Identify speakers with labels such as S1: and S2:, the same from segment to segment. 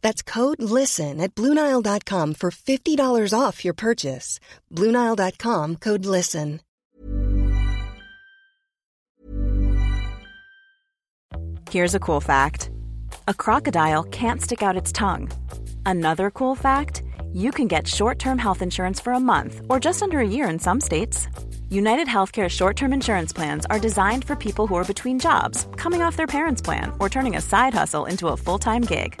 S1: That's code LISTEN at Bluenile.com for $50 off your purchase. Bluenile.com code LISTEN.
S2: Here's a cool fact a crocodile can't stick out its tongue. Another cool fact you can get short term health insurance for a month or just under a year in some states. United Healthcare short term insurance plans are designed for people who are between jobs, coming off their parents' plan, or turning a side hustle into a full time gig.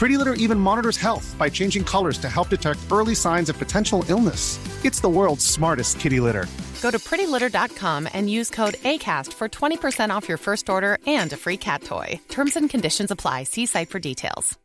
S3: Pretty Litter even monitors health by changing colors to help detect early signs of potential illness. It's the world's smartest kitty litter.
S4: Go to prettylitter.com and use code ACAST for 20% off your first order and a free cat toy. Terms and conditions apply. See site for details.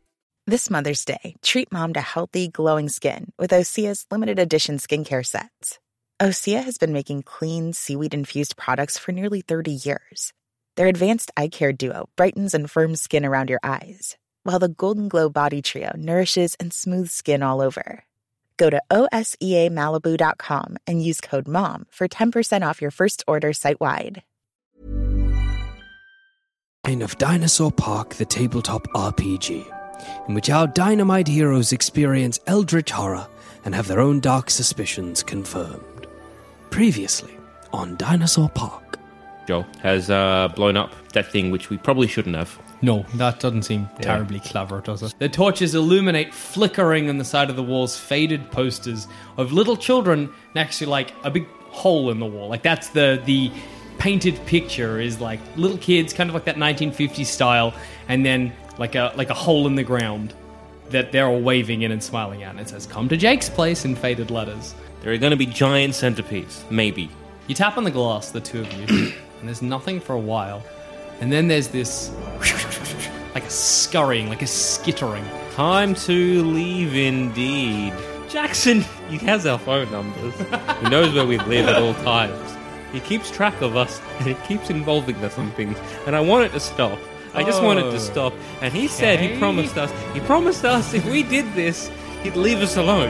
S5: This Mother's Day, treat mom to healthy, glowing skin with Osea's limited edition skincare sets. Osea has been making clean, seaweed infused products for nearly 30 years. Their advanced eye care duo brightens and firms skin around your eyes, while the Golden Glow Body Trio nourishes and smooths skin all over. Go to E OSEAMalibu.com and use code MOM for 10% off your first order site wide.
S6: campaign of Dinosaur Park, the tabletop RPG, in which our dynamite heroes experience eldritch horror and have their own dark suspicions confirmed. Previously on Dinosaur Park.
S7: Joel has uh, blown up that thing which we probably shouldn't have.
S3: No, that doesn't seem terribly clever, does it? The torches illuminate flickering on the side of the walls faded posters of little children next to like a big hole in the wall. Like that's the the painted picture is like little kids, kind of like that 1950s style, and then like a like a hole in the ground that they're all waving in and smiling at. And it says "Come to Jake's place" in faded letters.
S7: There are going to be giant centipedes, maybe.
S3: You tap on the glass, the two of you, and there's nothing for a while. And then there's this like a scurrying, like a skittering.
S7: Time to leave indeed. Jackson, he has our phone numbers. he knows where we live at all times. He keeps track of us and he keeps involving us in things. And I want it to stop. I just want it
S3: Oh,
S7: to stop. And he said he
S3: okay.
S7: promised us, he promised us if we did this, he'd leave us alone.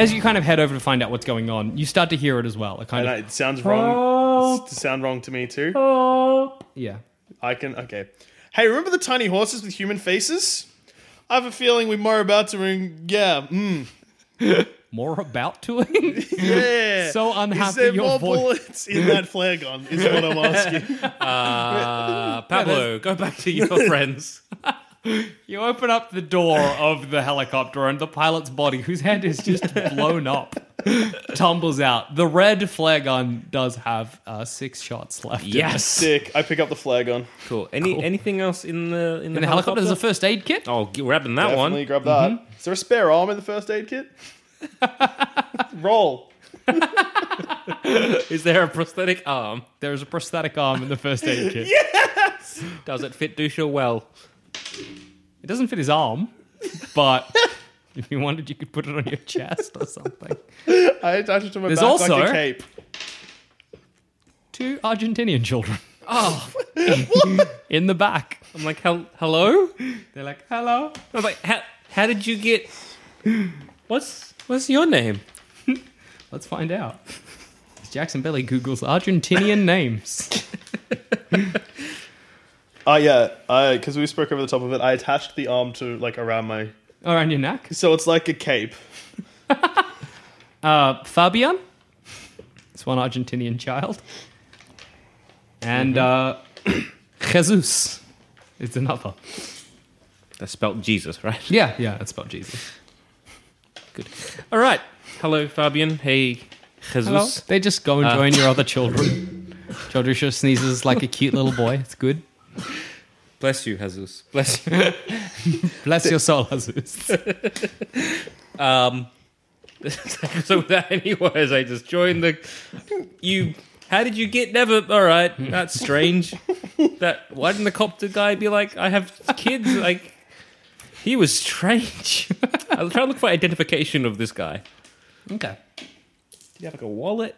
S3: As you kind of head over to find out what's going on, you start to hear it as well. A kind
S2: And
S3: of
S2: it sounds wrong. Does it sound wrong to me too.
S3: yeah.
S2: I can. Okay. Hey, remember the tiny horses with human faces? I have a feeling we're more about to ring. Yeah. Mm.
S3: more about to it.
S2: Yeah.
S3: So unhappy
S2: Is there
S3: your
S2: more
S3: voice-
S2: bullets in that flare gun? Is what I'm asking.
S7: Uh, Pablo, go back to your friends.
S3: You open up the door of the helicopter, and the pilot's body, whose head is just blown up, tumbles out. The red flare gun does have uh, six shots left. in it.
S2: Sick. I pick up the flare gun.
S7: Cool. Any anything else in the in,
S3: the helicopter, there's a first aid kit.
S7: Oh, grabbing that
S2: Definitely
S7: one. Mm-hmm.
S2: grab that. Is there a spare arm in the first aid kit? Roll.
S7: Is there a prosthetic arm?
S3: There is a prosthetic arm in the first aid kit.
S7: yes. Does it fit Dusha well?
S3: It doesn't fit his arm, but if you wanted, you could put it on your chest or something.
S2: I attach it to my
S3: There's
S2: back
S3: also-
S2: like a cape.
S3: Two Argentinian children. Oh, in the back. I'm like, "Hel- hello? They're like, hello.
S7: I was like, how, how did you get? What's what's your name?
S3: Let's find out. Jackson Belly Googles Argentinian names.
S2: Oh yeah, I because we spoke over the top of it. I attached the arm to like around my,
S3: Around your neck.
S2: so it's like a cape.
S3: Uh, Fabian. It's one Argentinian child. And
S2: Mm-hmm.
S3: uh, Jesus. It's another.
S7: That's spelled Jesus, right?
S3: Yeah, yeah, that's about Jesus.
S7: Good. All right. Hello, Fabian. Hey, Jesus.
S3: Hello. They just go and
S7: Uh,
S3: join your other children. Jodrisha sneezes like a cute little boy. It's good.
S7: Bless you, Jesus. Bless you.
S3: Bless your soul, Jesus.
S7: um. so without any words, I just joined the. You. How did you get? Never. All right. That's strange. that. Why didn't the copter guy be like? I have kids. Like. He was strange. I'll try to look for identification of this guy.
S3: Okay.
S7: Did he have like a wallet?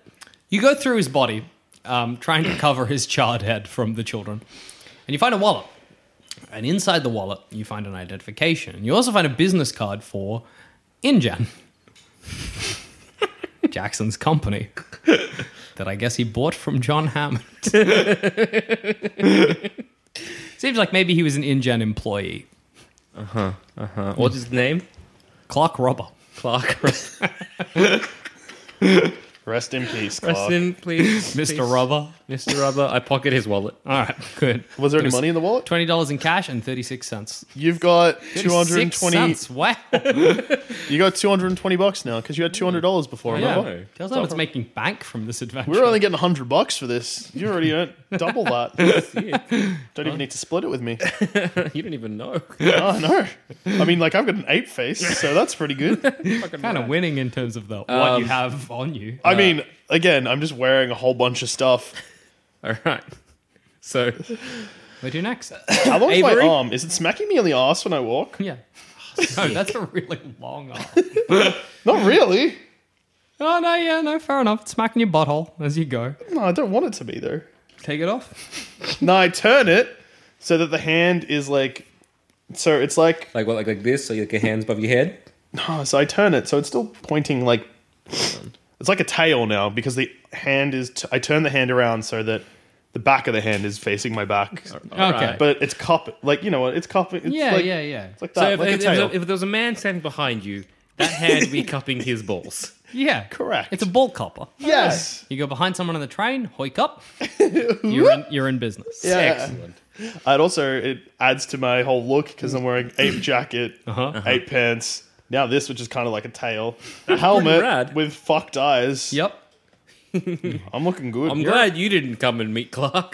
S3: You go through his body, um, trying to cover his charred head from the children, and you find a wallet. And inside the wallet, you find an identification. You also find a business card for Injan, Jackson's company, that I guess he bought from John Hammond. Seems like maybe he was an InGen employee.
S7: Uh huh. Uh huh. What's his name?
S3: Clark Robber.
S7: Clark.
S2: Rest in peace, Clark.
S7: Rest in, please.
S3: Mr.
S7: Please.
S3: Rubber.
S7: Mr. Rubber. I pocket his wallet.
S3: All right, good.
S2: Was there any money in the wallet?
S3: Twenty dollars in cash and thirty-six cents.
S2: You've got two hundred and
S3: 36
S2: twenty.
S3: cents, Wow.
S2: You got two hundred and twenty bucks now because you had two hundred dollars before. Remember?
S3: Mm. Oh, Yeah. Tells them it's making bank from this adventure.
S2: We were only getting hundred bucks for this. You already earned double that. Don't even need to split it with me.
S7: you don't even know.
S2: Oh no! I mean, like I've got an ape face, so that's pretty good.
S3: kind of winning in terms of the what
S7: Um, uh,
S3: you have on you.
S2: I mean, again, I'm just wearing a whole bunch of stuff.
S7: All right. So
S3: What do you next?
S2: How long's
S7: Avery?
S2: my arm? Is it smacking me on the ass when I walk?
S3: yeah. No, that's a really long arm.
S2: Not really.
S3: Oh no, yeah, no, fair enough. Smacking your butthole as you go.
S2: No, I don't want it to be though.
S3: Take it off.
S2: No, I turn it so that the hand is like, so it's like
S7: like what like like this? So you like your hands above your head.
S2: Oh, so I turn it, so it's still pointing like it's like a tail now because the hand is. T- I turn the hand around so that The back of the hand is facing my back.
S8: alright.
S2: But it's cop like you know what? It's cupping. It's like, It's like that.
S8: So if,
S2: like a
S8: if- if
S2: tail.
S8: there- if there was a man standing behind you, that hand would be cupping his balls.
S3: Yeah, correct. It's a ball copper.
S2: Yes.
S3: You go behind someone on the train, hoik up. you're in, you're in business.
S2: Yeah. And also, it adds to my whole look because I'm wearing ape jacket,
S8: Uh-huh.
S2: ape pants. Now this, which is kind of like a tail, helmet with fucked eyes.
S3: Yep.
S2: I'm looking good.
S8: I'm glad you didn't come and meet Clark.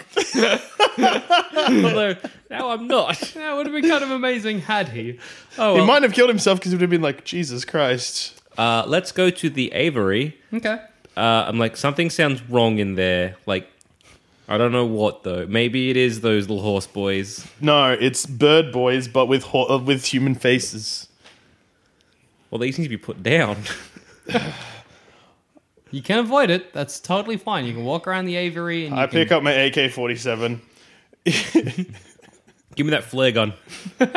S8: Although now I'm not.
S3: That would have been kind of amazing had he.
S8: Oh,
S2: He
S8: well.
S2: might have killed himself because he would have been like, Jesus Christ.
S8: Uh, let's go to the Avery.
S3: Okay.
S8: Uh, I'm like, something sounds wrong in there. Like, I don't know what though. Maybe it is those little horse boys.
S2: No, it's bird boys, but with ho- uh, with human faces.
S8: Well, these need to be put down.
S3: You can avoid it. That's totally fine. You can walk around the aviary and you
S2: I
S3: can-
S2: pick up my AK-47.
S8: Give me that flare gun. I'm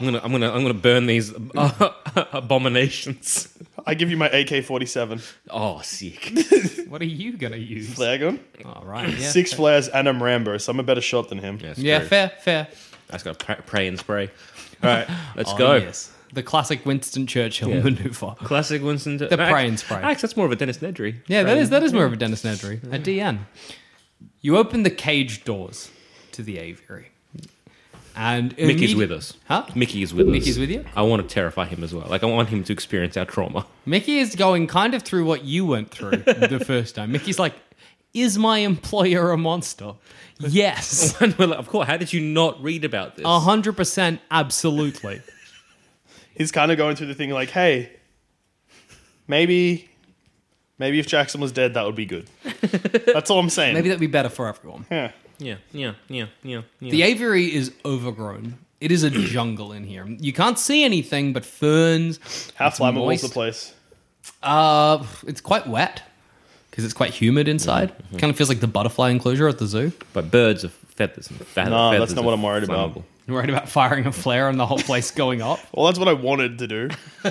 S8: gonna, I'm gonna, I'm gonna burn these uh, abominations.
S2: I give you my AK-47.
S8: Oh, sick!
S3: What are you gonna use?
S2: Flare gun.
S3: All right. Yeah,
S2: Six
S3: fair.
S2: flares, and I'm Rambo, so I'm a better shot than him.
S3: Yeah, fair, fair.
S8: I just gotta pr- pray and spray. All right, let's
S3: Oh,
S8: go.
S3: yes. The classic Winston Churchill
S8: Yeah.
S3: maneuver.
S8: Classic Winston.
S3: The pray and spray.
S8: Actually, that's more of a Dennis Nedry.
S3: Yeah, that
S8: Pray
S3: is that is
S8: and-
S3: more of a Dennis Nedry. A DN. You open the cage doors to the aviary. And
S8: Mickey's
S3: immedi-
S8: with us.
S3: Huh?
S8: Mickey is with us.
S3: Mickey's with you?
S8: I want to terrify him as well. Like I want him to experience our trauma.
S3: Mickey is going kind of through what you went through the first time. Mickey's like, is my employer a monster? Yes.
S8: And we're like, of course. How did you not read about this?
S3: A hundred percent absolutely.
S2: He's kind of going through the thing like, hey, maybe, maybe if Jackson was dead, that would be good. That's all I'm saying.
S3: Maybe that'd be better for everyone.
S2: Yeah.
S8: Yeah, yeah, yeah, yeah. yeah.
S3: The aviary is overgrown. It is a jungle in here. You can't see anything but ferns.
S2: How
S3: It's
S2: flammable is
S3: moist.
S2: the place?
S3: Uh, it's quite wet because it's quite humid inside. Kind of feels like the butterfly enclosure at the zoo.
S8: but birds are feathers and feathers.
S2: No, that's
S8: feathers
S2: not
S8: are
S2: what I'm worried about.
S8: flammable.
S3: You're worried about firing a flare and the whole place going up.
S2: Well, that's what I wanted to do.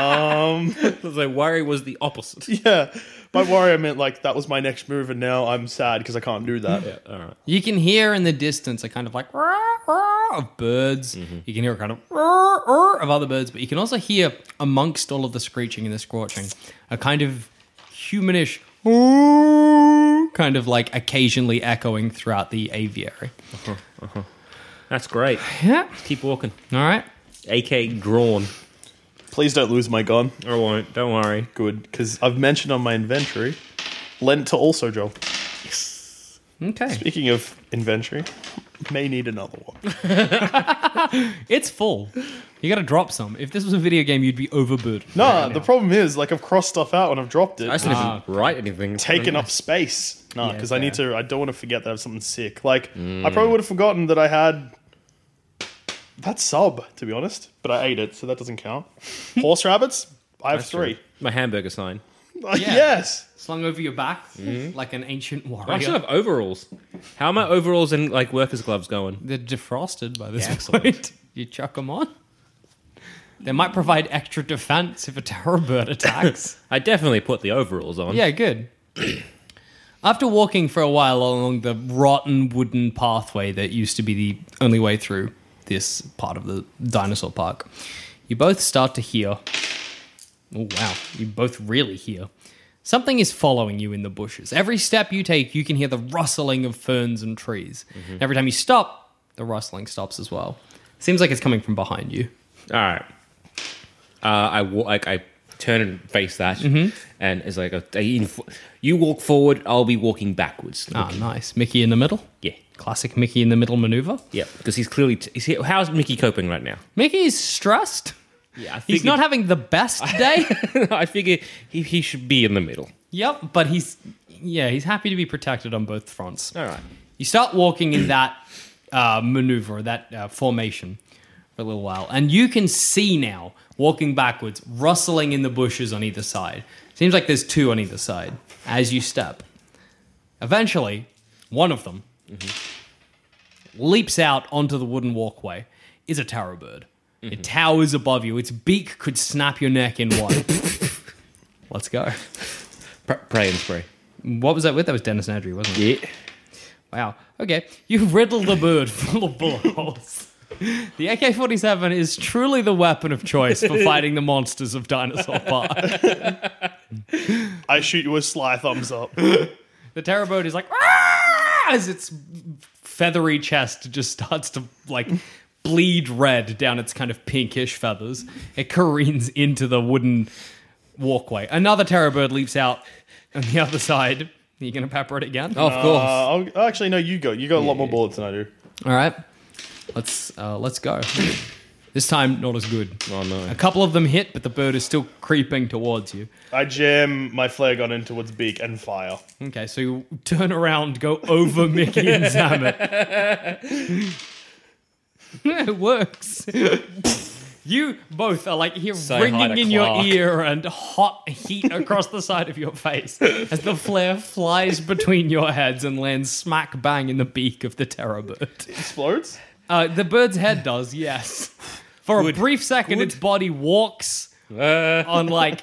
S8: So worry was the opposite.
S2: yeah. By worry, I meant like that was my next move, and now I'm sad because I can't do that.
S8: All right.
S3: You can hear in the distance a kind of like "Rah, rah," of birds.
S8: Mm-hmm.
S3: You can hear a kind of "Rah, rah," of other birds, but you can also hear amongst all of the screeching and the squelching a kind of humanish "Ooh," kind of like occasionally echoing throughout the aviary.
S8: Uh-huh, That's great.
S3: Yeah.
S8: Keep walking.
S3: All right.
S8: AK drawn.
S2: Please don't lose my gun.
S8: I won't. Don't worry.
S2: Good, because I've mentioned on my inventory, lent to also Joel.
S3: Okay.
S2: Speaking of inventory, may need another one.
S3: It's full. You got to drop some. If this was a video game, you'd be overburdened.
S2: Nah, the problem is like I've crossed stuff out and I've dropped it.
S8: I just didn't
S3: Ah.
S8: even write anything.
S2: taken up space. No,
S3: Yeah, Mm.
S2: because I need to. I don't want to forget that I have something sick. Like I probably would have forgotten that I had that sub, to be honest. But I ate it, so that doesn't count. Horse rabbits. I have three.
S8: My hamburger sign.
S2: yes.
S3: Slung over your back like an ancient warrior.
S8: Mm-hmm. I should have overalls. How are my overalls and like workers' gloves going?
S3: They're defrosted by this
S8: Excellent.
S3: point. You chuck them on. They might provide extra defense if a terror bird attacks.
S8: I definitely put the overalls on.
S3: yeah, good. After walking for a while along the rotten wooden pathway that used to be the only way through this part of the dinosaur park, you both start to hear. Oh, wow. You both really hear. Something is following you in the bushes. Every step you take, you can hear the rustling of ferns and trees. Every time you stop, the rustling stops as well. Seems like it's coming from behind you.
S8: All right. Uh, I wa- like I turn and face that,
S3: Mm-hmm.
S8: and it's like a, a- you walk forward, I'll be walking backwards.
S3: Ah, nice. Mickey in the middle?
S8: Yeah.
S3: Classic Mickey in the middle maneuver.
S8: Yeah, because he's clearly. T- is he, how's Mickey coping right now?
S3: Mickey's stressed.
S8: Yeah, I
S3: He's not having the best day.
S8: I figure he, he should be in the middle.
S3: yep, but he's yeah, he's happy to be protected on both fronts.
S8: All right.
S3: You start walking in that uh, maneuver, that uh, formation for a little while, and you can see now walking backwards, rustling in the bushes on either side. Seems like there's two on either side as you step. Eventually, one of them
S8: Mm-hmm.
S3: leaps out onto the wooden walkway. Is a tarot bird.
S8: Mm-hmm.
S3: It towers above you. Its beak could snap your neck in one. Let's go.
S8: Pr- pray and spray.
S3: What was that with? That was Dennis Nedry, wasn't it?
S8: Yeah.
S3: Wow. Okay. You riddle the bird full of bullet holes. The AK 47 is truly the weapon of choice for fighting the monsters of Dinosaur Park.
S2: I shoot you a sly thumbs up. Uh,
S3: The terror bird is like, "Ah!" as its feathery chest just starts to like bleed red down its kind of pinkish feathers. It careens into the wooden walkway. Another terror bird leaps out on the other side. Are you going to pepper it again?
S2: course. I'll, oh, actually, no. You go. You got a lot more bullets than I do.
S3: All right, let's uh, let's go. This time, not as good. Oh no! A couple of them hit, but the bird is still creeping towards you.
S2: I jam my flare gun into its beak and fire.
S3: Okay, so you turn around, go over Mickey and Zamet. it works. you both are like here
S8: So hard
S3: ringing
S8: to
S3: in your
S8: clock.
S3: ear and hot heat across the side of your face as the flare flies between your heads and lands smack bang in the beak of the terror bird.
S2: explodes?
S3: Uh, the bird's head does, yes. For a brief second, its body walks
S2: Uh.
S3: on like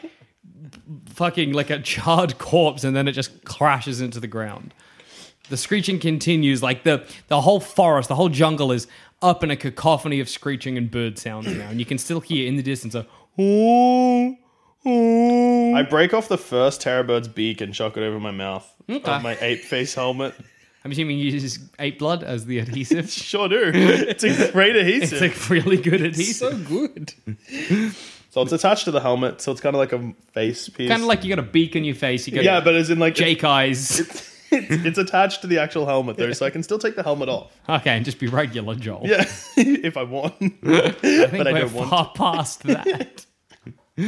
S3: fucking like a charred corpse and then it just crashes into the ground. The screeching continues, like the the whole forest, the whole jungle is up in a cacophony of screeching and bird sounds now, and you can still hear in the distance a
S2: I break off the first terror bird's beak and chuck it over my mouth.
S3: Okay.
S2: On my ape face helmet.
S3: I'm assuming you use ape blood as the adhesive.
S2: sure do. It's a great adhesive.
S3: It's a really good adhesive.
S2: so good. so it's attached to the helmet, so it's kind of like a face piece.
S3: Kind of like you got a beak on your face. You got
S2: yeah, but as in like
S3: Jake eyes.
S2: it's, it's attached to the actual helmet though, so I can still take the helmet off.
S3: okay, and just be regular, Joel.
S2: Yeah, if I want.
S3: I think
S2: but I
S3: we're
S2: don't want.
S3: far past that.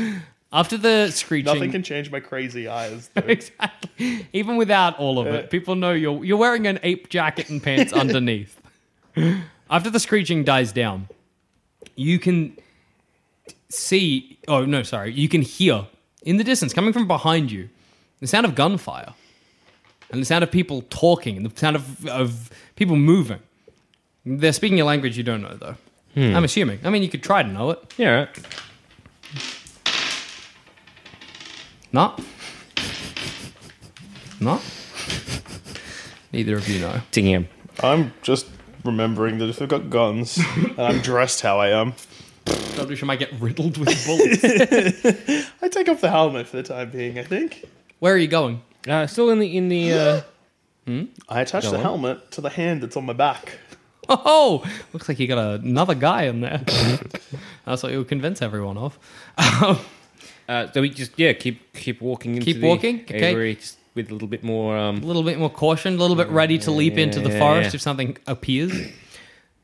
S3: After the screeching,
S2: Nothing can change my crazy eyes. though.
S3: exactly. Even without all of
S8: Uh,
S3: it, people know you're you're wearing an ape jacket and pants underneath. After the screeching dies down, you can see. Oh no, sorry. You can hear in the distance, coming from behind you, the sound of gunfire, and the sound of people talking, and the sound of of people moving. They're speaking a language you don't know, though.
S8: Hmm.
S3: I'm assuming. I mean, you could try to know it.
S8: Yeah.
S3: No. No. Neither of you know.
S8: Damn.
S2: I'm just remembering that if I've got guns and I'm dressed how I am,
S3: Dubdusha might get riddled with bullets.
S2: I take off the helmet for the time being. I think
S3: Where are you going?
S8: Uh, still in the in the. Uh,
S2: I attach
S8: Go
S2: the
S8: on.
S2: helmet to the hand that's on my back.
S3: Oh, looks like you got another guy in there. That's what you'll convince everyone of.
S8: uh, so we just yeah keep keep walking. Into
S3: Keep
S8: the
S3: walking, okay.
S8: Aviary, just with a little bit more. Um,
S3: A little bit more caution, a little bit ready to leap into the
S8: yeah,
S3: forest
S8: yeah.
S3: if something appears.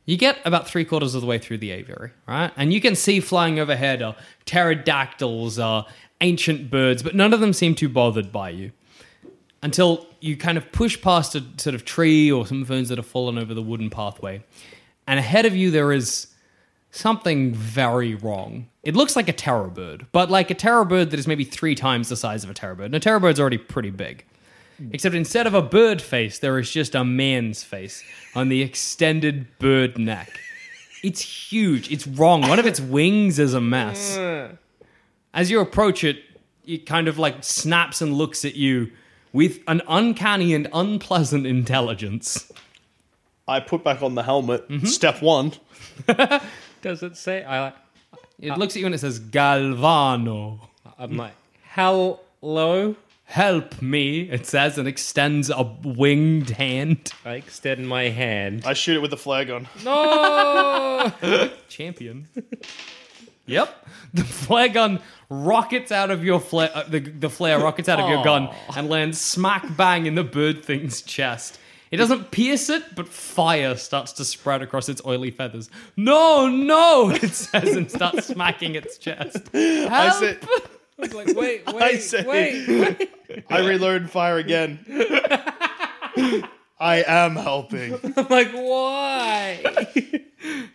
S3: You get about three quarters of the way through the aviary, right? And you can see flying overhead are pterodactyls, are ancient birds, but none of them seem too bothered by you. Until you kind of push past a sort of tree or some ferns that have fallen over the wooden pathway. And ahead of you, there is something very wrong. It looks like a terror bird, but like a terror bird that is maybe three times the size of a terror bird. And a terror bird's already pretty big. Except instead of a bird face, there is just a man's face on the extended bird neck. It's huge. It's wrong. One of its wings is a mess. As you approach it, it kind of like snaps and looks at you with an uncanny and unpleasant intelligence.
S2: I put back on the helmet.
S8: Mm-hmm.
S2: Step one.
S8: does it say? I
S3: It looks at you and it says, Galvano,
S8: I'm like hello.
S3: help me, it says, and extends a winged hand.
S8: I extend my hand.
S2: I shoot it with the flare gun.
S8: No.
S3: champion. yep, the flare gun rockets out of your flare. Uh, the, the flare rockets out of your gun and lands smack bang in the bird thing's chest. It doesn't pierce it, but fire starts to spread across its oily feathers. No, no, it says and starts smacking its chest.
S2: I say,
S8: like wait, wait,
S2: I say,
S8: wait.
S2: I reload and fire again. I am helping.
S8: I'm like why?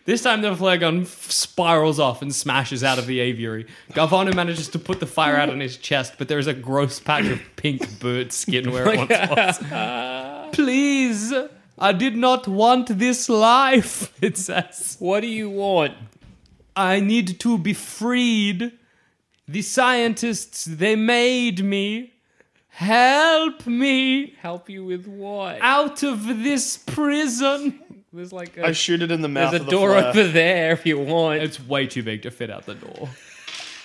S3: This time the flare gun f- spirals off and smashes out of the aviary. Galvano manages to put the fire out on his chest, but there is a gross patch of pink bird skin where it once was. Please, I did not want this life, it says.
S8: What do you want?
S3: I need to be freed. The scientists, they made me. help me
S8: Help you with what?
S3: out of this prison.
S8: There's like
S3: I shoot
S2: it in the
S8: There's a door over there if you want.
S3: It's way too big to fit out the door.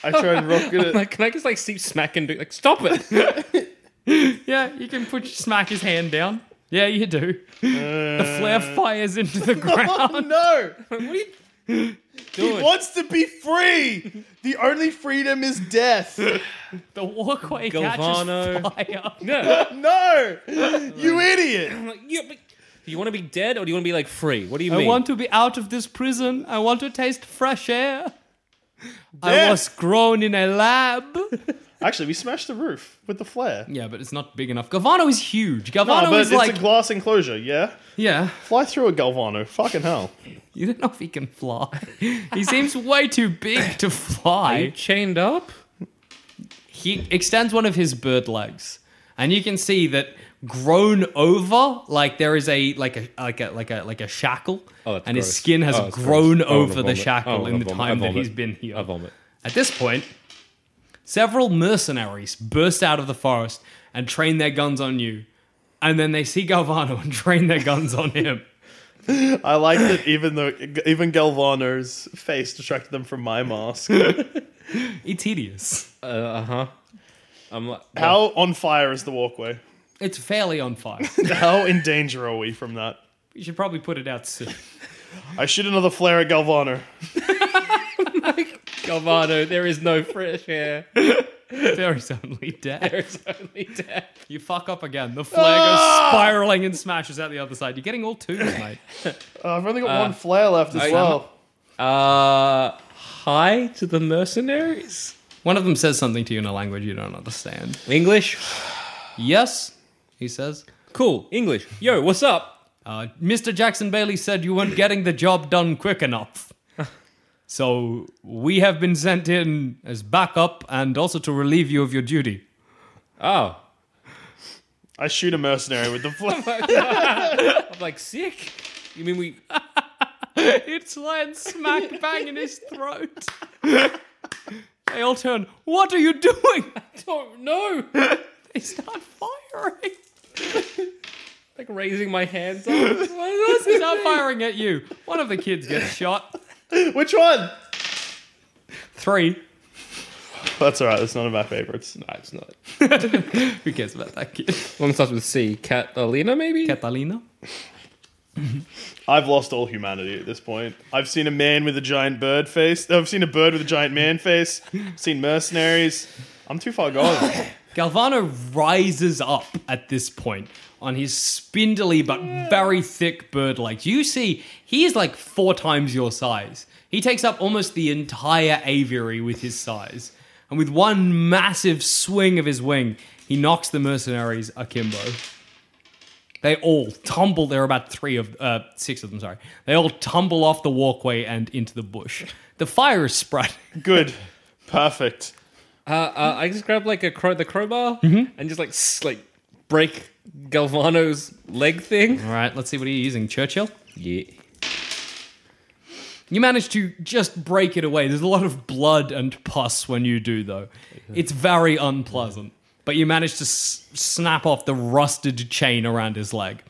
S2: I tried rocking
S8: I'm
S2: it.
S8: Like, can I just like see smack and do like stop it?
S3: Yeah, you can put smack his hand down. Yeah, you do. the flare fires into the ground.
S2: Oh no!
S8: Uh, what are you
S2: He
S8: doing?
S2: wants to be free. The only freedom is death.
S3: The walkway
S8: Galvano.
S3: catches fire.
S8: Yeah.
S2: no, you idiot!
S8: I'm like, yeah, but do you want to be dead or do you want to be like free? What do you
S3: I
S8: mean?
S3: want to be out of this prison. I want to taste fresh air. I
S2: Death.
S3: was grown in a lab.
S2: Actually, we smashed the roof with the flare.
S3: yeah, but it's not big enough. Galvano is huge. Galvano
S2: No, but
S3: is
S2: it's
S3: like
S2: a glass enclosure. Yeah,
S3: yeah.
S2: fly through a Galvano. Fucking hell!
S3: You don't know if he can fly. he seems way too big to
S8: Are you
S3: fly.
S8: chained up?
S3: He extends one of his bird legs, and you can see that grown over, like there is a like a like a like a like a shackle,
S8: Oh, that's
S3: and his
S8: gross.
S3: skin has
S8: Oh, that's
S3: grown
S8: gross. Oh,
S3: over
S8: I
S3: the
S8: vomit.
S3: shackle
S8: Oh, I
S3: in the
S8: vom- I
S3: time that
S8: vomit.
S3: he's been here.
S8: I vomit.
S3: At this point, several mercenaries burst out of the forest and train their guns on you, and then they see Galvano and train their guns on him.
S2: I like that even though even Galvano's face distracted them from my mask.
S3: It's hideous.
S8: Uh huh. I'm like,
S2: How on fire is the walkway?
S3: It's fairly on fire.
S2: How in danger are we from that?
S3: you should probably put it out soon.
S2: I shoot another flare at Galvano.
S8: Galvano, there is no fresh air.
S3: There is only death.
S8: There's only death.
S3: You fuck up again. The flare goes spiraling and smashes out the other side. You're getting all twos, mate.
S2: Uh, I've only got one flare left as
S8: I-
S2: well.
S8: Uh, hi to the mercenaries.
S3: One of them says something to you in a language you don't understand.
S8: English?
S3: Yes, he says.
S8: Cool. English. Yo, what's up?
S3: Uh, Mr. Jackson Bailey said you weren't getting the job done quick enough. So we have been sent in as backup and also to relieve you of your duty.
S8: Oh.
S2: I shoot a mercenary with the flare.
S8: I'm like, sick? You mean we.
S3: It's land smack bang in his throat. they all turn. What are you doing?
S8: don't know.
S3: They start firing.
S8: Like raising my hands up.
S3: This is not firing at you. One of the kids gets shot.
S2: Which one?
S3: Three.
S2: That's all right. That's none of my favorites.
S8: no, it's not.
S3: Who cares about that kid?
S8: One starts with C. Catalina, maybe?
S3: Catalina.
S2: I've lost all humanity at this point. I've seen a man with a giant bird face. I've seen a bird with a giant man face. I've seen mercenaries. I'm too far gone.
S3: Galvano rises up at this point on his spindly but very thick bird legs. You see, he is like four times your size. He takes up almost the entire aviary with his size. And with one massive swing of his wing, he knocks the mercenaries akimbo. They all tumble. There are about three of, uh, six of them, sorry. They all tumble off the walkway and into the bush. The fire is spreading.
S2: Good. Perfect.
S8: Uh, I just grab like a crow, the crowbar
S3: Mm-hmm.
S8: and just like s- like break Galvano's leg thing.
S3: All right, let's see what are you using, Churchill?
S8: Yeah.
S3: You manage to just break it away. There's a lot of blood and pus when you do, though. It's very unpleasant. But you manage to s- snap off the rusted chain around his leg.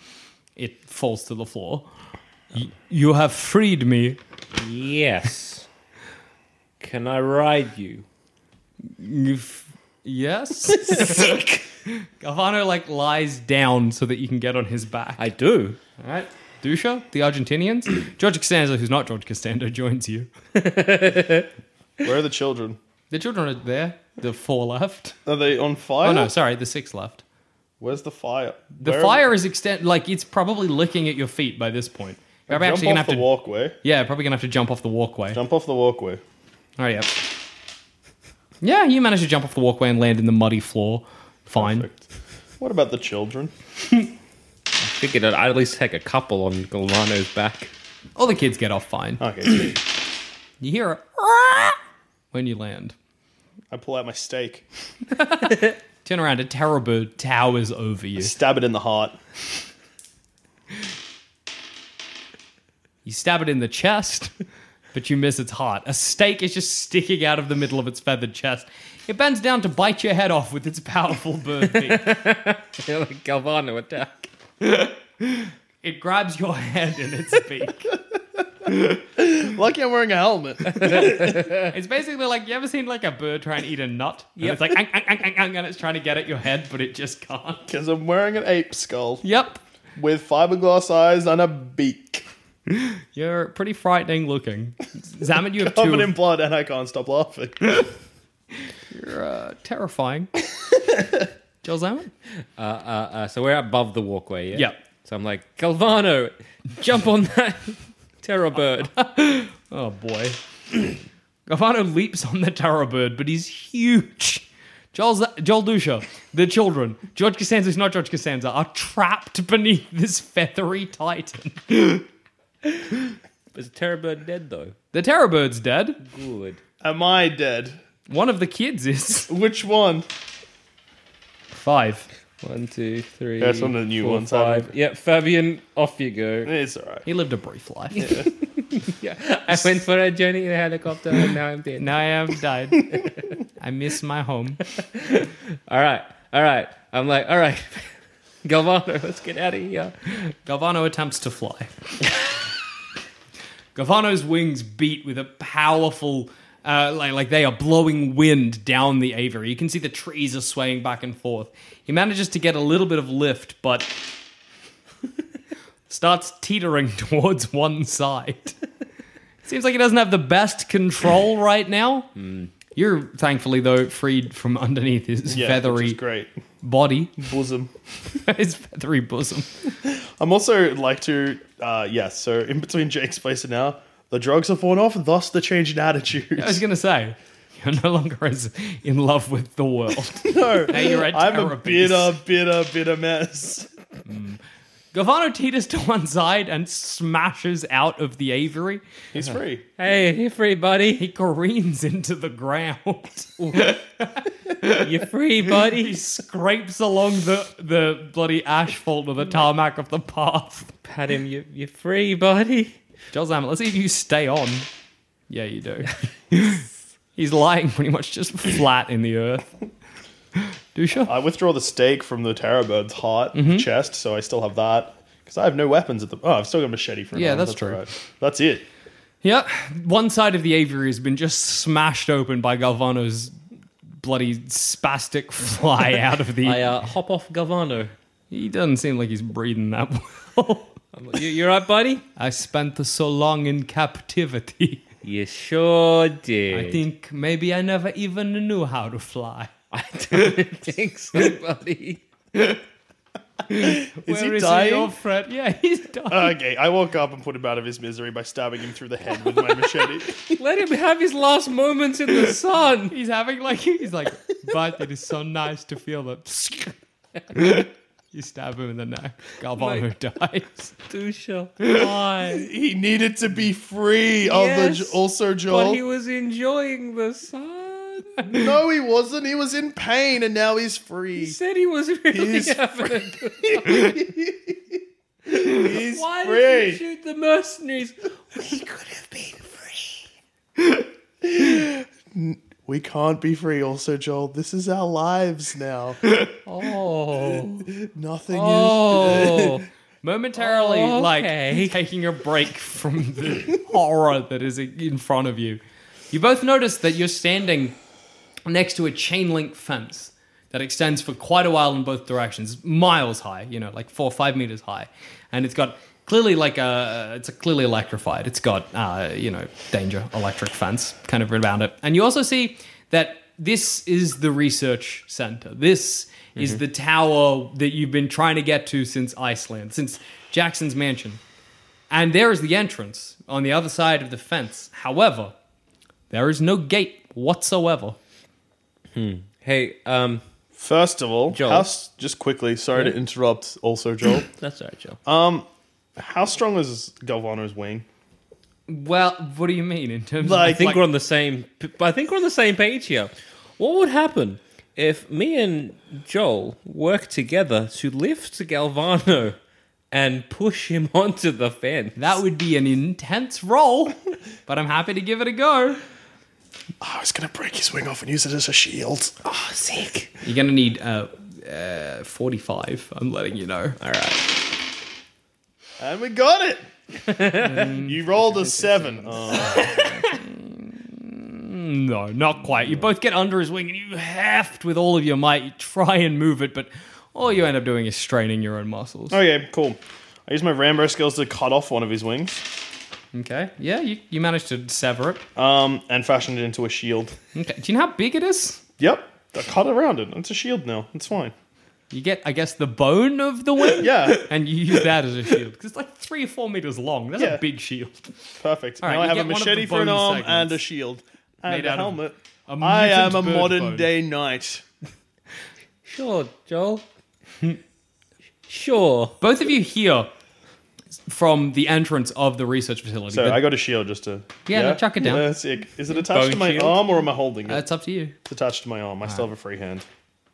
S3: It falls to the floor. Y- you have freed me.
S8: Yes. Can I ride you?
S3: You've. Yes? Galvano, like, lies down so that you can get on his back.
S8: I do.
S3: All right. Dusha, the Argentinians. George Costanza, who's not George Costanza, joins you.
S2: Where are the children?
S3: The children are there. The four left.
S2: Are they on fire?
S3: Oh, no, sorry, the six left.
S2: Where's the fire?
S3: The
S2: Where-
S3: fire is extend like it's probably licking at your feet by this point. You're
S2: Jump
S3: actually gonna
S2: off
S3: have
S2: the
S3: to
S2: walkway.
S3: yeah, probably gonna have to jump off the walkway.
S2: Jump off the walkway.
S3: Oh yeah. Yeah, you managed to jump off the walkway and land in the muddy floor. Fine.
S2: What about the children?
S8: I figured I'd at least take a couple on Galvano's back. Uh.
S3: All the kids get off fine.
S2: Okay. sweet.
S3: You hear it when you land.
S2: I pull out my stake.
S3: Turn around, a terror bird towers over you.
S2: Stab it in the heart.
S3: You stab it in the chest, but you miss its heart. A stake is just sticking out of the middle of its feathered chest. It bends down to bite your head off with its powerful bird beak.
S8: like Galvano attack.
S3: It grabs your head in its beak.
S2: Lucky I'm wearing a helmet.
S3: it's basically like you ever seen like a bird try and eat a nut? Yeah. It's like ang, ang, ang, ang, ang, and it's trying to get at your head, but it just can't.
S2: Because I'm wearing an ape skull.
S3: Yep.
S2: With fiberglass eyes and a beak.
S3: You're pretty frightening looking. Zaman, you have two.
S2: Covered in blood, and I can't stop laughing.
S3: You're uh, terrifying. Joel Zaman?
S8: Uh, uh, uh, so we're above the walkway, yeah?
S3: Yep.
S8: So I'm like, Galvano, jump on that terror bird.
S3: Oh boy. Gavano leaps on the terror bird, but he's huge. Joel's, Joel Dusha, the children, George Costanza, who's not George Costanza, are trapped beneath this feathery titan.
S8: Is the terror bird dead, though?
S3: The terror bird's dead.
S8: Good.
S2: Am I dead?
S3: One of the kids is.
S2: Which one?
S3: Five.
S8: One, two, three.
S2: That's one of the new
S8: four,
S2: ones, I
S8: Five. Yep, Fabian, off you go.
S2: It's alright.
S3: He lived a brief life.
S8: I went for a journey in a helicopter and now I'm dead.
S3: Now I have died. I miss my home.
S8: All right, all right. I'm like, all right, Galvano, let's get out of here.
S3: Galvano attempts to fly. Galvano's wings beat with a powerful, uh, like, like they are blowing wind down the aviary. You can see the trees are swaying back and forth. He manages to get a little bit of lift, but starts teetering towards one side. Seems like he doesn't have the best control right now.
S8: Hmm.
S3: You're thankfully, though, freed from underneath his
S2: Yeah, which
S3: feathery
S2: is great.
S3: body,
S2: Bosom.
S3: his feathery bosom.
S2: I'm also like to, uh, yeah, so in between Jake's place and now, the drugs have worn off, thus the change in attitude.
S3: I was going to say, you're no longer as in love with the world.
S2: no,
S3: Now you're at
S2: I'm a
S3: therapy.
S2: bitter, bitter, bitter mess.
S3: Gavano teeters to one side and smashes out of the aviary.
S2: He's free.
S8: Hey, you're free, buddy.
S3: He careens into the ground.
S8: You're free, buddy.
S3: he scrapes along the, the bloody asphalt or the tarmac of the path.
S8: Pat him. You, you're free, buddy.
S3: Joel Zammett, let's see if you stay on. Yeah, you do. He's lying pretty much just flat in the earth. Dusha?
S2: I withdraw the stake from the terror bird's heart
S3: Mm-hmm.
S2: chest, so I still have that. Because I have no weapons at the. Oh, I've still got a machete for an
S3: Yeah,
S2: arm,
S3: that's true.
S2: alright. That's it.
S3: Yep. One side of the aviary has been just smashed open by Galvano's bloody spastic fly out of the.
S8: I uh, hop off Galvano.
S3: He doesn't seem like he's breathing that well.
S8: I'm like, you, you right, buddy?
S3: I spent the so long in captivity.
S8: You sure did.
S3: I think maybe I never even knew how to fly.
S8: I don't think so, buddy.
S2: Is
S3: Where
S2: he
S3: is
S2: dying?
S3: your friend? Yeah, he's dying.
S2: Okay, I woke up and put him out of his misery by stabbing him through the head with my machete.
S8: Let him have his last moments in the sun.
S3: He's having like he's like, but it is so nice to feel that. you stab him in the neck. Galvano dies.
S8: Dusha, why?
S2: he needed to be free of the.
S8: Yes,
S2: Also,
S8: But
S2: Joel.
S3: Oh.
S8: he was enjoying the sun.
S2: no, he wasn't. He was in pain, and now he's free.
S8: He said he was really
S2: He's
S8: having a good
S2: He's
S8: Why did you
S2: free.
S8: shoot the mercenaries?
S2: He could have been free. we can't be free, also, Joel. This is our lives now.
S3: Oh,
S2: Nothing
S3: oh. Momentarily,
S8: Oh, okay.
S3: like taking a break from the horror that is in front of you. You both notice that you're standing next to a chain link fence that extends for quite a while in both directions, miles high, you know, like four or five meters high. And it's got clearly like a, it's a clearly electrified. It's got, uh, you know, danger, electric fence kind of around it. And you also see that this is the research center. This is the tower that you've been trying to get to since Iceland, since Jackson's mansion. And there is the entrance on the other side of the fence. However, there is no gate whatsoever.
S8: Hey, um,
S2: First of all,
S8: Joel.
S2: how s- just quickly, sorry to interrupt also, Joel.
S8: that's all right, Joe.
S2: how strong is Galvano's wing?
S3: Well, what do you mean in terms
S8: I
S3: of
S8: think
S3: like,
S8: we're on the same. I think we're on the same page here. What would happen if me and Joel work together to lift Galvano and push him onto the fence?
S3: that would be an intense role, but I'm happy to give it a go.
S2: Oh, I was gonna break his wing off and use it as a shield. Oh, sick.
S3: You're gonna need uh, uh, 45. I'm letting you know. All right.
S2: And we got it. you rolled a seven. Oh.
S3: No, not quite. You both get under his wing and you heft with all of your might. You try and move it, but all you end up doing is straining your own muscles.
S2: Okay, cool. I use my Rambo skills to cut off one of his wings.
S3: Okay. Yeah, you, you managed to sever it.
S2: Um, and fashioned it into a shield.
S3: Okay. Do you know how big it is?
S2: Yep. I cut around it. It's a shield now. It's fine.
S3: You get, I guess, the bone of the wing.
S2: yeah.
S3: And you use that as a shield. Because it's like three or four meters long. That's
S2: Yeah.
S3: a big shield.
S2: Perfect.
S3: All right,
S2: now I
S3: you
S2: have a
S3: get one of the
S2: machete for an
S3: bone
S2: arm
S3: segments.
S2: and a shield and
S3: Made
S2: a
S3: out of
S2: helmet.
S3: a
S2: I am a
S3: mutant bird
S2: modern
S3: bone.
S2: day knight.
S8: Sure, Joel. sure.
S3: Both of you hear from the entrance of the research facility.
S2: So
S3: that-
S2: I got a shield just to
S3: Yeah, no, chuck it down.
S2: Yeah, sick. Is it attached
S3: Bone
S2: to my
S3: shield?
S2: arm or am I holding it?
S3: Uh, it's up to you.
S2: It's attached to my arm. I still have a free hand.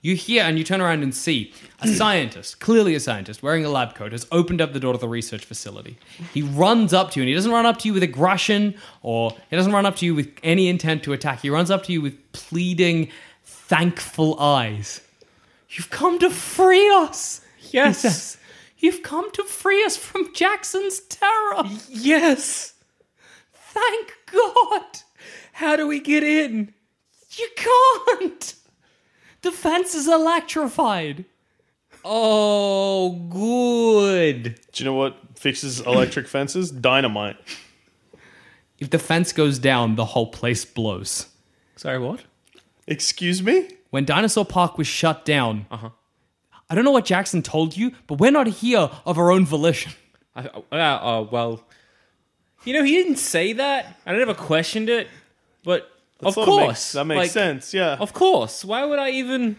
S3: You hear and you turn around and see a scientist, clearly a scientist, wearing a lab coat, has opened up the door to the research facility. He runs up to you, and he doesn't run up to you with aggression or he doesn't run up to you with any intent to attack. He runs up to you with pleading, thankful eyes. You've come to free us! Yes! You've come to free us from Jackson's terror!
S8: Yes!
S3: Thank God!
S8: How do we get in?
S3: You can't! The fence is electrified!
S8: Oh, good.
S2: Do you know what fixes electric fences? Dynamite.
S3: If the fence goes down, the whole place blows.
S8: Sorry, what?
S2: Excuse me?
S3: When Dinosaur Park was shut down, uh-huh. I don't know what Jackson told you, but we're not here of our own volition.
S8: I, uh, uh, well, you know, he didn't say that. I never questioned it, but of
S2: sort of makes-
S8: course.
S2: that makes sense, yeah.
S8: Of course. Why would I even.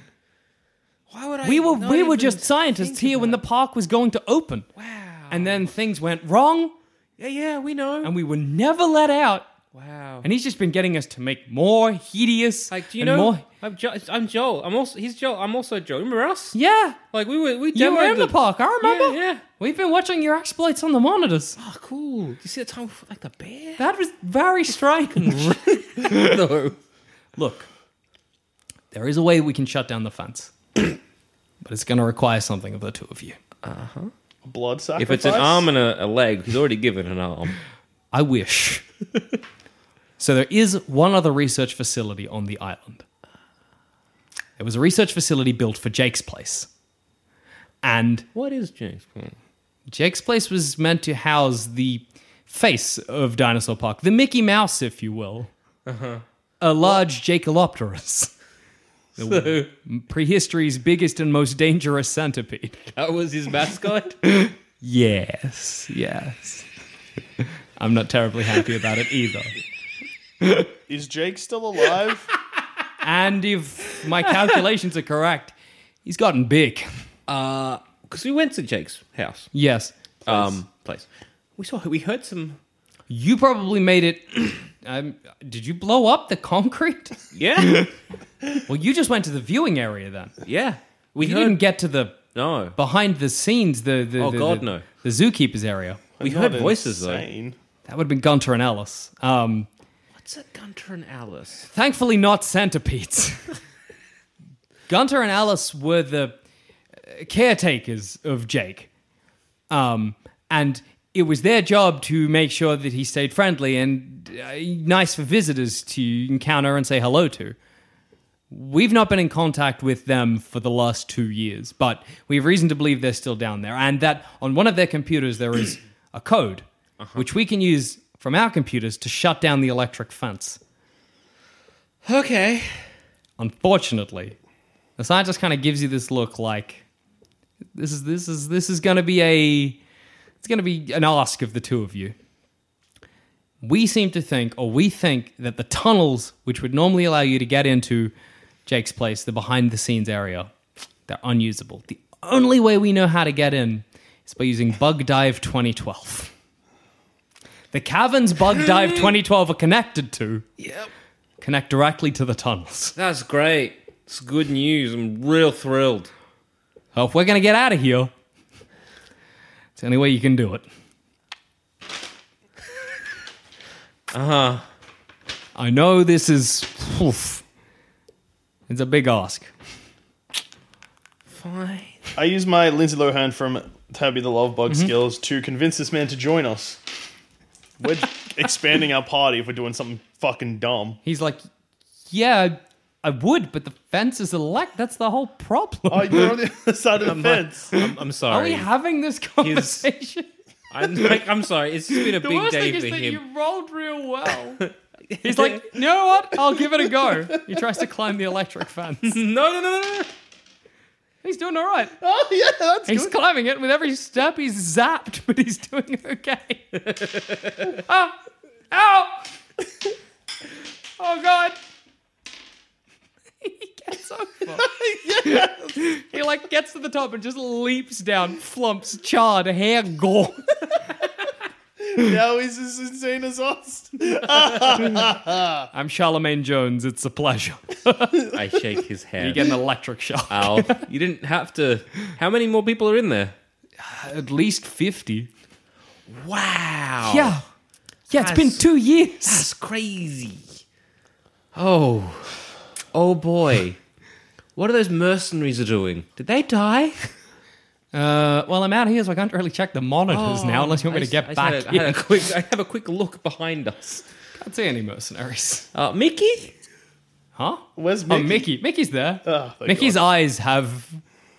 S8: Why would I
S3: we were
S8: not
S3: we were
S8: even
S3: just scientists here when the park was going to open. Wow. And then things went wrong,
S8: Yeah, yeah, we know.
S3: and we were never let out.
S8: wow.
S3: And he's just been getting us to make more hideous.
S8: Like, do you
S3: and
S8: know?
S3: More,
S8: I'm, jo- I'm Joel. I'm also he's Joel. I'm also Joel. Remember us?
S3: yeah.
S8: Like we were we
S3: You were
S8: demoed
S3: in the park, I remember.
S8: Yeah, yeah.
S3: We've been watching your exploits on the monitors.
S8: Oh, cool. You see the time with, like the bear?
S3: That was very strange.
S8: no.
S3: Look, there is a way we can shut down the fence, but it's going to require something of the two of you.
S2: Uh-huh. Blood sacrifice.
S8: If it's an arm and a, a leg, he's already given an arm.
S3: I wish. so there is one other research facility on the island. It was a research facility built for Jake's place. And
S8: What is James?
S3: Jake's place was meant to house the face of Dinosaur Park, the Mickey Mouse, if you will.
S8: Uh-huh.
S3: A large Jacalopterus. The prehistory's biggest and most dangerous centipede.
S8: That was his mascot.
S3: Yes, yes. I'm not terribly happy about it either.
S2: Is Jake still alive?
S3: And if my calculations are correct, he's gotten big.
S8: Because Uh, we went to Jake's house,
S3: Yes.
S8: um, place. We saw we heard some.
S3: You probably made it. Um, did you blow up the concrete?
S8: Yeah,
S3: Well, you just went to the viewing area then.
S8: yeah. We
S3: You
S8: heard
S3: didn't get to the
S8: no.
S3: behind the scenes, the, the
S8: Oh,
S3: the-
S8: God,
S3: the-
S8: no.
S3: the zookeepers area.
S8: We
S2: Not
S8: heard voices though.
S2: insane.
S3: That would have been Gunter and Alice. Um,
S8: What's a Gunter and Alice?
S3: thankfully, not centipedes. Gunter and Alice were the uh, caretakers of Jake, um, and it was their job to make sure that he stayed friendly and uh, nice for visitors to encounter and say hello to. We've not been in contact with them for the last two years, but we have reason to believe they're still down there, and that on one of their computers there is a code which we can use from our computers to shut down the electric fence.
S8: Okay.
S3: Unfortunately, the scientist kind of gives you this look like this is this is this is going to be a it's going to be an ask of the two of you. We seem to think, or we think, that the tunnels which would normally allow you to get into Jake's place, the behind the scenes area, they're unusable. The only way we know how to get in is by using Bug Dive 2012. The caverns Bug Dive 2012 are connected to
S8: Yep.
S3: connect directly to the tunnels.
S8: That's great. It's good news. I'm real thrilled.
S3: So if we're gonna get out of here, it's the only way you can do it. I know this is. oof. it's a big ask.
S8: Fine.
S2: I use my Lindsay Lohan from Tabby the Love
S3: Mm-hmm.
S2: Bug skills to convince this man to join us. We're expanding our party if we're doing something fucking dumb.
S3: He's like, yeah, I would, but the fence is elect. That's the whole problem.
S2: Oh, you're on the other side of the
S3: I'm like-
S2: fence.
S8: I'm, I'm
S3: Are
S8: sorry.
S3: we having this conversation?
S8: I'm like, I'm sorry. It's just been a
S3: the
S8: big
S3: worst
S8: day
S3: thing is
S8: for
S3: that
S8: him.
S3: you rolled real well. He's like, you know what? I'll give it a go. He tries to climb the electric fence.
S8: No, no, no, no.
S3: He's doing all right.
S2: Oh yeah, that's
S3: He's climbing it. With every step, he's zapped, but he's doing okay. ah, ow! oh god! he gets over. He like gets to the top and just leaps down, flumps, charred, hair gone.
S2: now he's as insane as us.
S3: I'm Charlemagne Jones. It's a pleasure.
S8: I shake his hand.
S3: You get an electric shock.
S8: Ow. You didn't have to. How many more people are in there?
S3: Uh, At least fifty.
S8: Wow.
S3: Yeah, yeah. It's been
S8: That's-
S3: two years.
S8: That's crazy. Oh. Oh boy. what are those mercenaries are doing? Did they die?
S3: Uh, well, I'm out here, so I can't really check the monitors now, unless you want me
S8: Oh, I
S3: to get
S8: just- I
S3: back.
S8: just had a-
S3: here.
S8: I, had a quick, I have a quick look behind us.
S3: Can't see any mercenaries.
S8: Uh, Mickey?
S3: Huh?
S2: Where's
S3: Oh,
S2: Mickey?
S3: Mickey. Mickey's there.
S2: Oh, thank
S3: Mickey's eyes have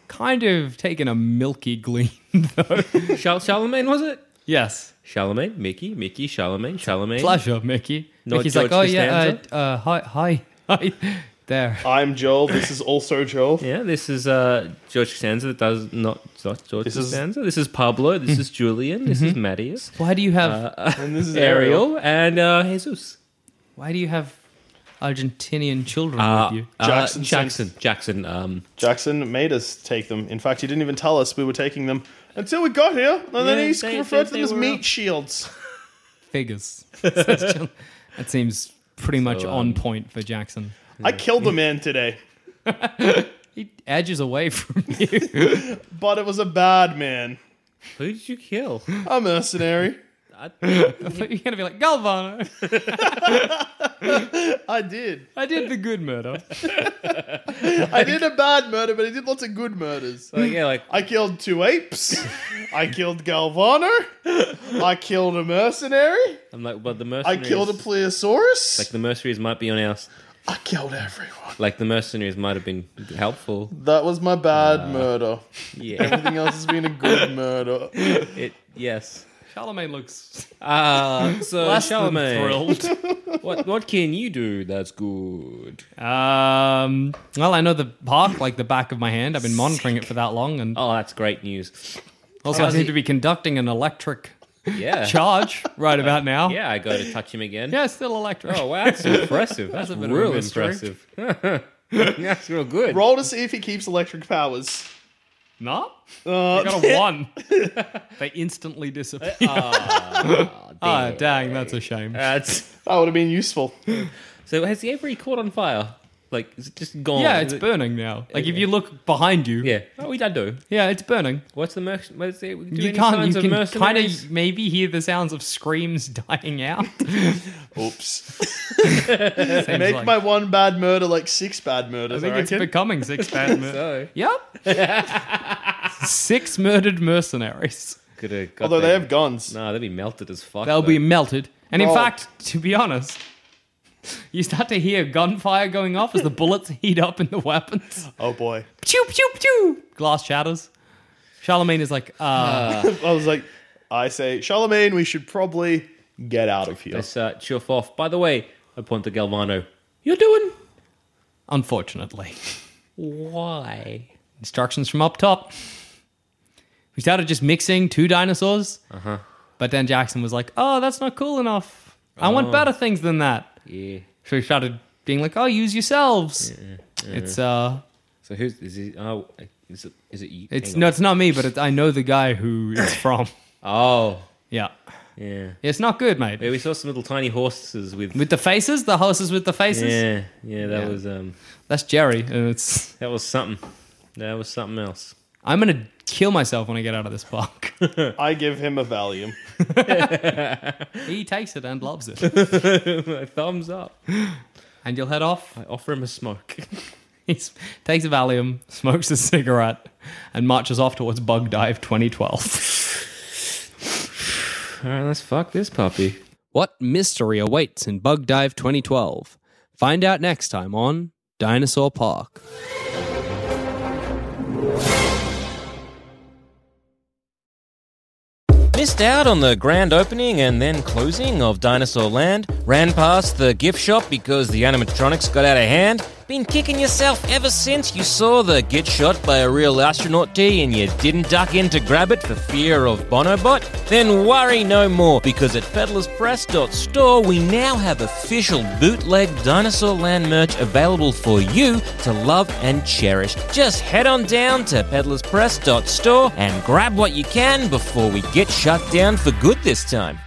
S3: kind of taken a milky gleam, though.
S8: Char- Charlemagne, was it?
S3: yes.
S8: Charlemagne, Mickey, Mickey, Charlemagne, Charlemagne.
S3: Pleasure, Mickey.
S8: Not
S3: Mickey's
S8: George
S3: like, oh, yeah,
S8: Costanza?
S3: uh, uh, hi, hi, hi. There.
S2: I'm Joel. This is also Joel.
S8: Yeah, this is uh, George Costanza that does not, it's not George
S2: This is-
S8: Costanza. This is Pablo. This is Julian. This is Mattias.
S3: Mm-hmm.
S8: Uh,
S3: Why do you have,
S2: And this is Ariel.
S8: Ariel and uh, Jesus.
S3: why do you have Argentinian children
S8: Uh,
S3: with you?
S8: uh,
S2: Jackson
S8: Jackson. Jackson. Um,
S2: Jackson made us take them. In fact, he didn't even tell us we were taking them until we got here, and
S8: Yeah,
S2: then he
S8: they- they-
S2: referred to
S8: they
S2: them as
S8: were-
S2: meat shields.
S3: Figures. that seems pretty much
S8: um,
S3: on point for Jackson.
S8: Hmm.
S2: I killed a man today,
S3: He edges away from you.
S2: but it was a bad man,
S8: who did you kill?
S2: a mercenary.
S3: You're going to be like, Galvano,
S2: I did.
S3: I did the good murder.
S2: I did a bad murder, but I did lots of good murders.
S8: Like, yeah, like
S2: I killed two apes. I killed Galvano. I killed a mercenary.
S8: I'm like, but the
S2: I
S8: mercenaries.
S2: killed a plesiosaurus.
S8: Like the mercenaries might be on our. s-
S2: I killed everyone.
S8: Like the mercenaries might have been helpful.
S2: That was my bad murder.
S8: Yeah.
S2: Everything else has been a good murder.
S8: it. Yes.
S3: Charlemagne looks
S8: Uh, so
S3: less than
S8: Charlemagne,
S3: thrilled.
S8: what what can you do? That's good.
S3: Um, well, I know the park like the back of my hand. I've been monitoring it for that long, and
S8: Oh, that's great news.
S3: also I seem to be conducting an electric
S8: Yeah.
S3: charge right about now.
S8: yeah, I go to touch him again.
S3: yeah, it's still electric.
S8: Oh wow, that's impressive. That's,
S3: a bit of a
S8: real
S3: mystery.
S8: impressive. that's real good.
S2: Roll to see if he keeps electric powers.
S3: no,
S2: Uh,
S3: I got a one. they instantly disappear. Ah, dang, that's a shame.
S8: That's
S2: that would have been useful.
S8: so. Has he ever he caught on fire? Like, is it just gone?
S3: yeah,
S8: Is
S3: it's
S8: it-
S3: burning now. Like if you look behind you,
S8: Yeah. Oh, we don't do.
S3: yeah, it's burning.
S8: What's the merc? What's the, do
S3: you
S8: any
S3: can't.
S8: signs
S3: You
S8: of
S3: can kind
S8: mercenaries?
S3: of maybe hear the sounds of screams dying out.
S2: Oops.
S3: Seems
S2: Make
S3: like-
S2: my one bad murder like six bad
S3: I
S2: murders. I
S3: think it's
S2: reckon.
S3: becoming six bad mur-
S8: So.
S3: Yep. six murdered mercenaries.
S8: Could've got
S2: Although they
S8: them.
S2: have guns.
S8: No, they'd be melted as fuck.
S3: They'll
S8: though.
S3: be melted. And in
S2: Roll.
S3: fact, to be honest, you start to hear gunfire going off as the bullets heat up in the weapons.
S2: Oh boy.
S3: Choop, choop, choop. Glass shatters. Charlemagne is like, uh,
S2: I was like, I say, Charlemagne, we should probably get out of here.
S8: Let's uh, chuff off. By the way, I point to Galvano. You're doing
S3: unfortunately.
S8: why?
S3: Instructions from up top. We started just mixing two dinosaurs. Uh-huh. But then Jackson was like, oh, that's not cool enough. I want better things than that.
S8: Oh. Yeah.
S3: So we started being like, "Oh, use yourselves." It's uh,
S8: So who's is he? Oh, is it? Is it you?
S3: it's
S8: Hang
S3: no, it's not me, but it, I know the guy who it's from.
S8: on. Oh,
S3: yeah,
S8: yeah.
S3: it's not good, mate.
S8: Yeah, we saw some little tiny horses with.
S3: with the faces, the horses with the faces.
S8: yeah, yeah. That
S3: Yeah.
S8: was um.
S3: That's Jerry. and It's
S8: That was something. That was something else.
S9: I'm gonna kill myself when I get out of this park.
S2: I give him a Valium.
S9: he takes it and loves it.
S10: Thumbs up.
S9: And you'll head off. I
S10: offer him a smoke.
S9: he s- takes a Valium, smokes a cigarette, and marches off towards Bug Dive 2012.
S10: All right, let's fuck this puppy.
S11: What mystery awaits in Bug Dive 2012? Find out next time on Dinosaur Park.
S3: Missed out on the grand opening and then closing of Dinosaur Land? Ran past the gift shop because the animatronics got out of hand? Been kicking yourself ever since you saw the get shot by a real astronaut tee and you didn't duck in to grab it for fear of Bonobot? Then worry no more because at peddlerspress.store we now have official bootleg Dinosaur Land merch available for you to love and cherish. Just head on down to peddlerspress.store and grab what you can before we get shut down for good this time.